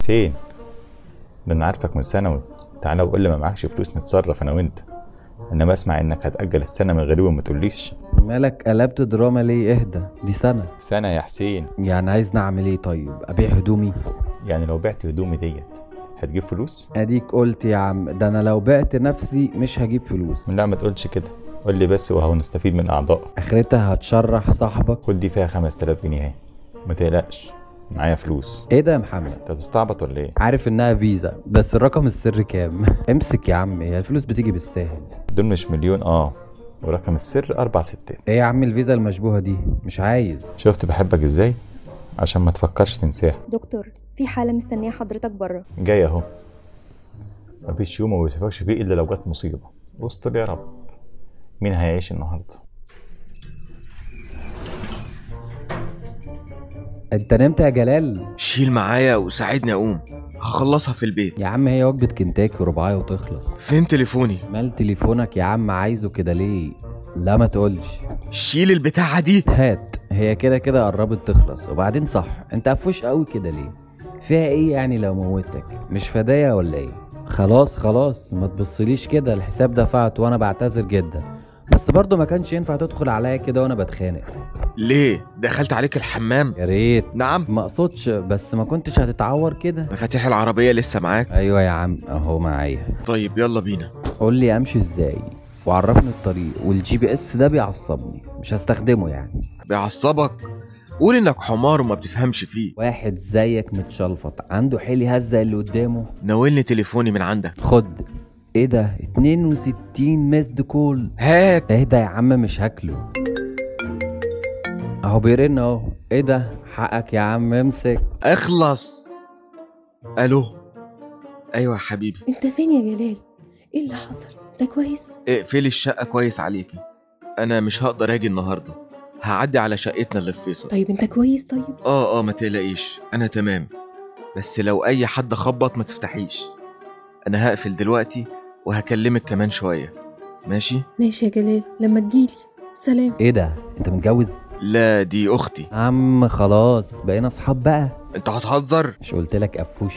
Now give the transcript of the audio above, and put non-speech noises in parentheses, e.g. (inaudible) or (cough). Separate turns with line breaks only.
حسين ده انا عارفك من ثانوي تعالى وقول لي ما معكش فلوس نتصرف انا وانت انما اسمع انك هتأجل السنة من غيري وما تقوليش
مالك قلبت دراما ليه اهدى دي سنة
سنة يا حسين
يعني عايز نعمل ايه طيب ابيع هدومي
يعني لو بعت هدومي ديت هتجيب فلوس
اديك قلت يا عم ده انا لو بعت نفسي مش هجيب فلوس
لا ما تقولش كده قول لي بس وهو نستفيد من اعضائك
اخرتها هتشرح صاحبك
خد دي فيها 5000 جنيه اهي ما تقلقش معايا فلوس
ايه ده يا محمد
انت هتستعبط ولا ايه
عارف انها فيزا بس الرقم السري كام (laughs) امسك يا عم هي الفلوس بتيجي بالساهل
دول مش مليون اه ورقم السر اربع ستات
ايه يا عم الفيزا المشبوهة دي مش عايز
شفت بحبك ازاي عشان ما تفكرش تنساها
دكتور في حالة مستنية حضرتك بره
جاي اهو مفيش يوم ما بيشوفكش فيه الا لو جت مصيبه استر يا رب مين هيعيش النهارده
انت نمت يا جلال
شيل معايا وساعدني اقوم هخلصها في البيت
يا عم هي وجبة كنتاكي رباعية وتخلص
فين تليفوني
مال تليفونك يا عم عايزه كده ليه لا ما تقولش
شيل البتاعة دي
هات هي كده كده قربت تخلص وبعدين صح انت قفوش قوي كده ليه فيها ايه يعني لو موتك مش فداية ولا ايه خلاص خلاص ما تبصليش كده الحساب دفعت وانا بعتذر جدا بس برضه ما كانش ينفع تدخل عليا كده وانا بتخانق
ليه دخلت عليك الحمام
يا ريت
نعم
ما اقصدش بس ما كنتش هتتعور كده
مفاتيح العربية لسه معاك
ايوه يا عم اهو معايا
طيب يلا بينا
قول لي امشي ازاي وعرفني الطريق والجي بي اس ده بيعصبني مش هستخدمه يعني
بيعصبك قول انك حمار وما بتفهمش فيه
واحد زيك متشلفط عنده حيل هزق اللي قدامه
ناولني تليفوني من عندك
خد ايه ده 62 مسد كول
هات
اهدى يا عم مش هاكله اهو بيرن اهو ايه ده حقك يا عم امسك
اخلص الو ايوه يا حبيبي
انت فين يا جلال ايه اللي حصل انت كويس
اقفلي الشقة كويس عليكي انا مش هقدر اجي النهاردة هعدي على شقتنا اللي في فيصل
طيب انت كويس طيب
اه اه ما تقلقيش انا تمام بس لو اي حد خبط ما تفتحيش انا هقفل دلوقتي وهكلمك كمان شوية ماشي
ماشي يا جلال لما تجيلي سلام
ايه ده انت متجوز
لا دي اختي
عم خلاص بقينا اصحاب بقى
انت هتهزر
مش قلت لك قفوش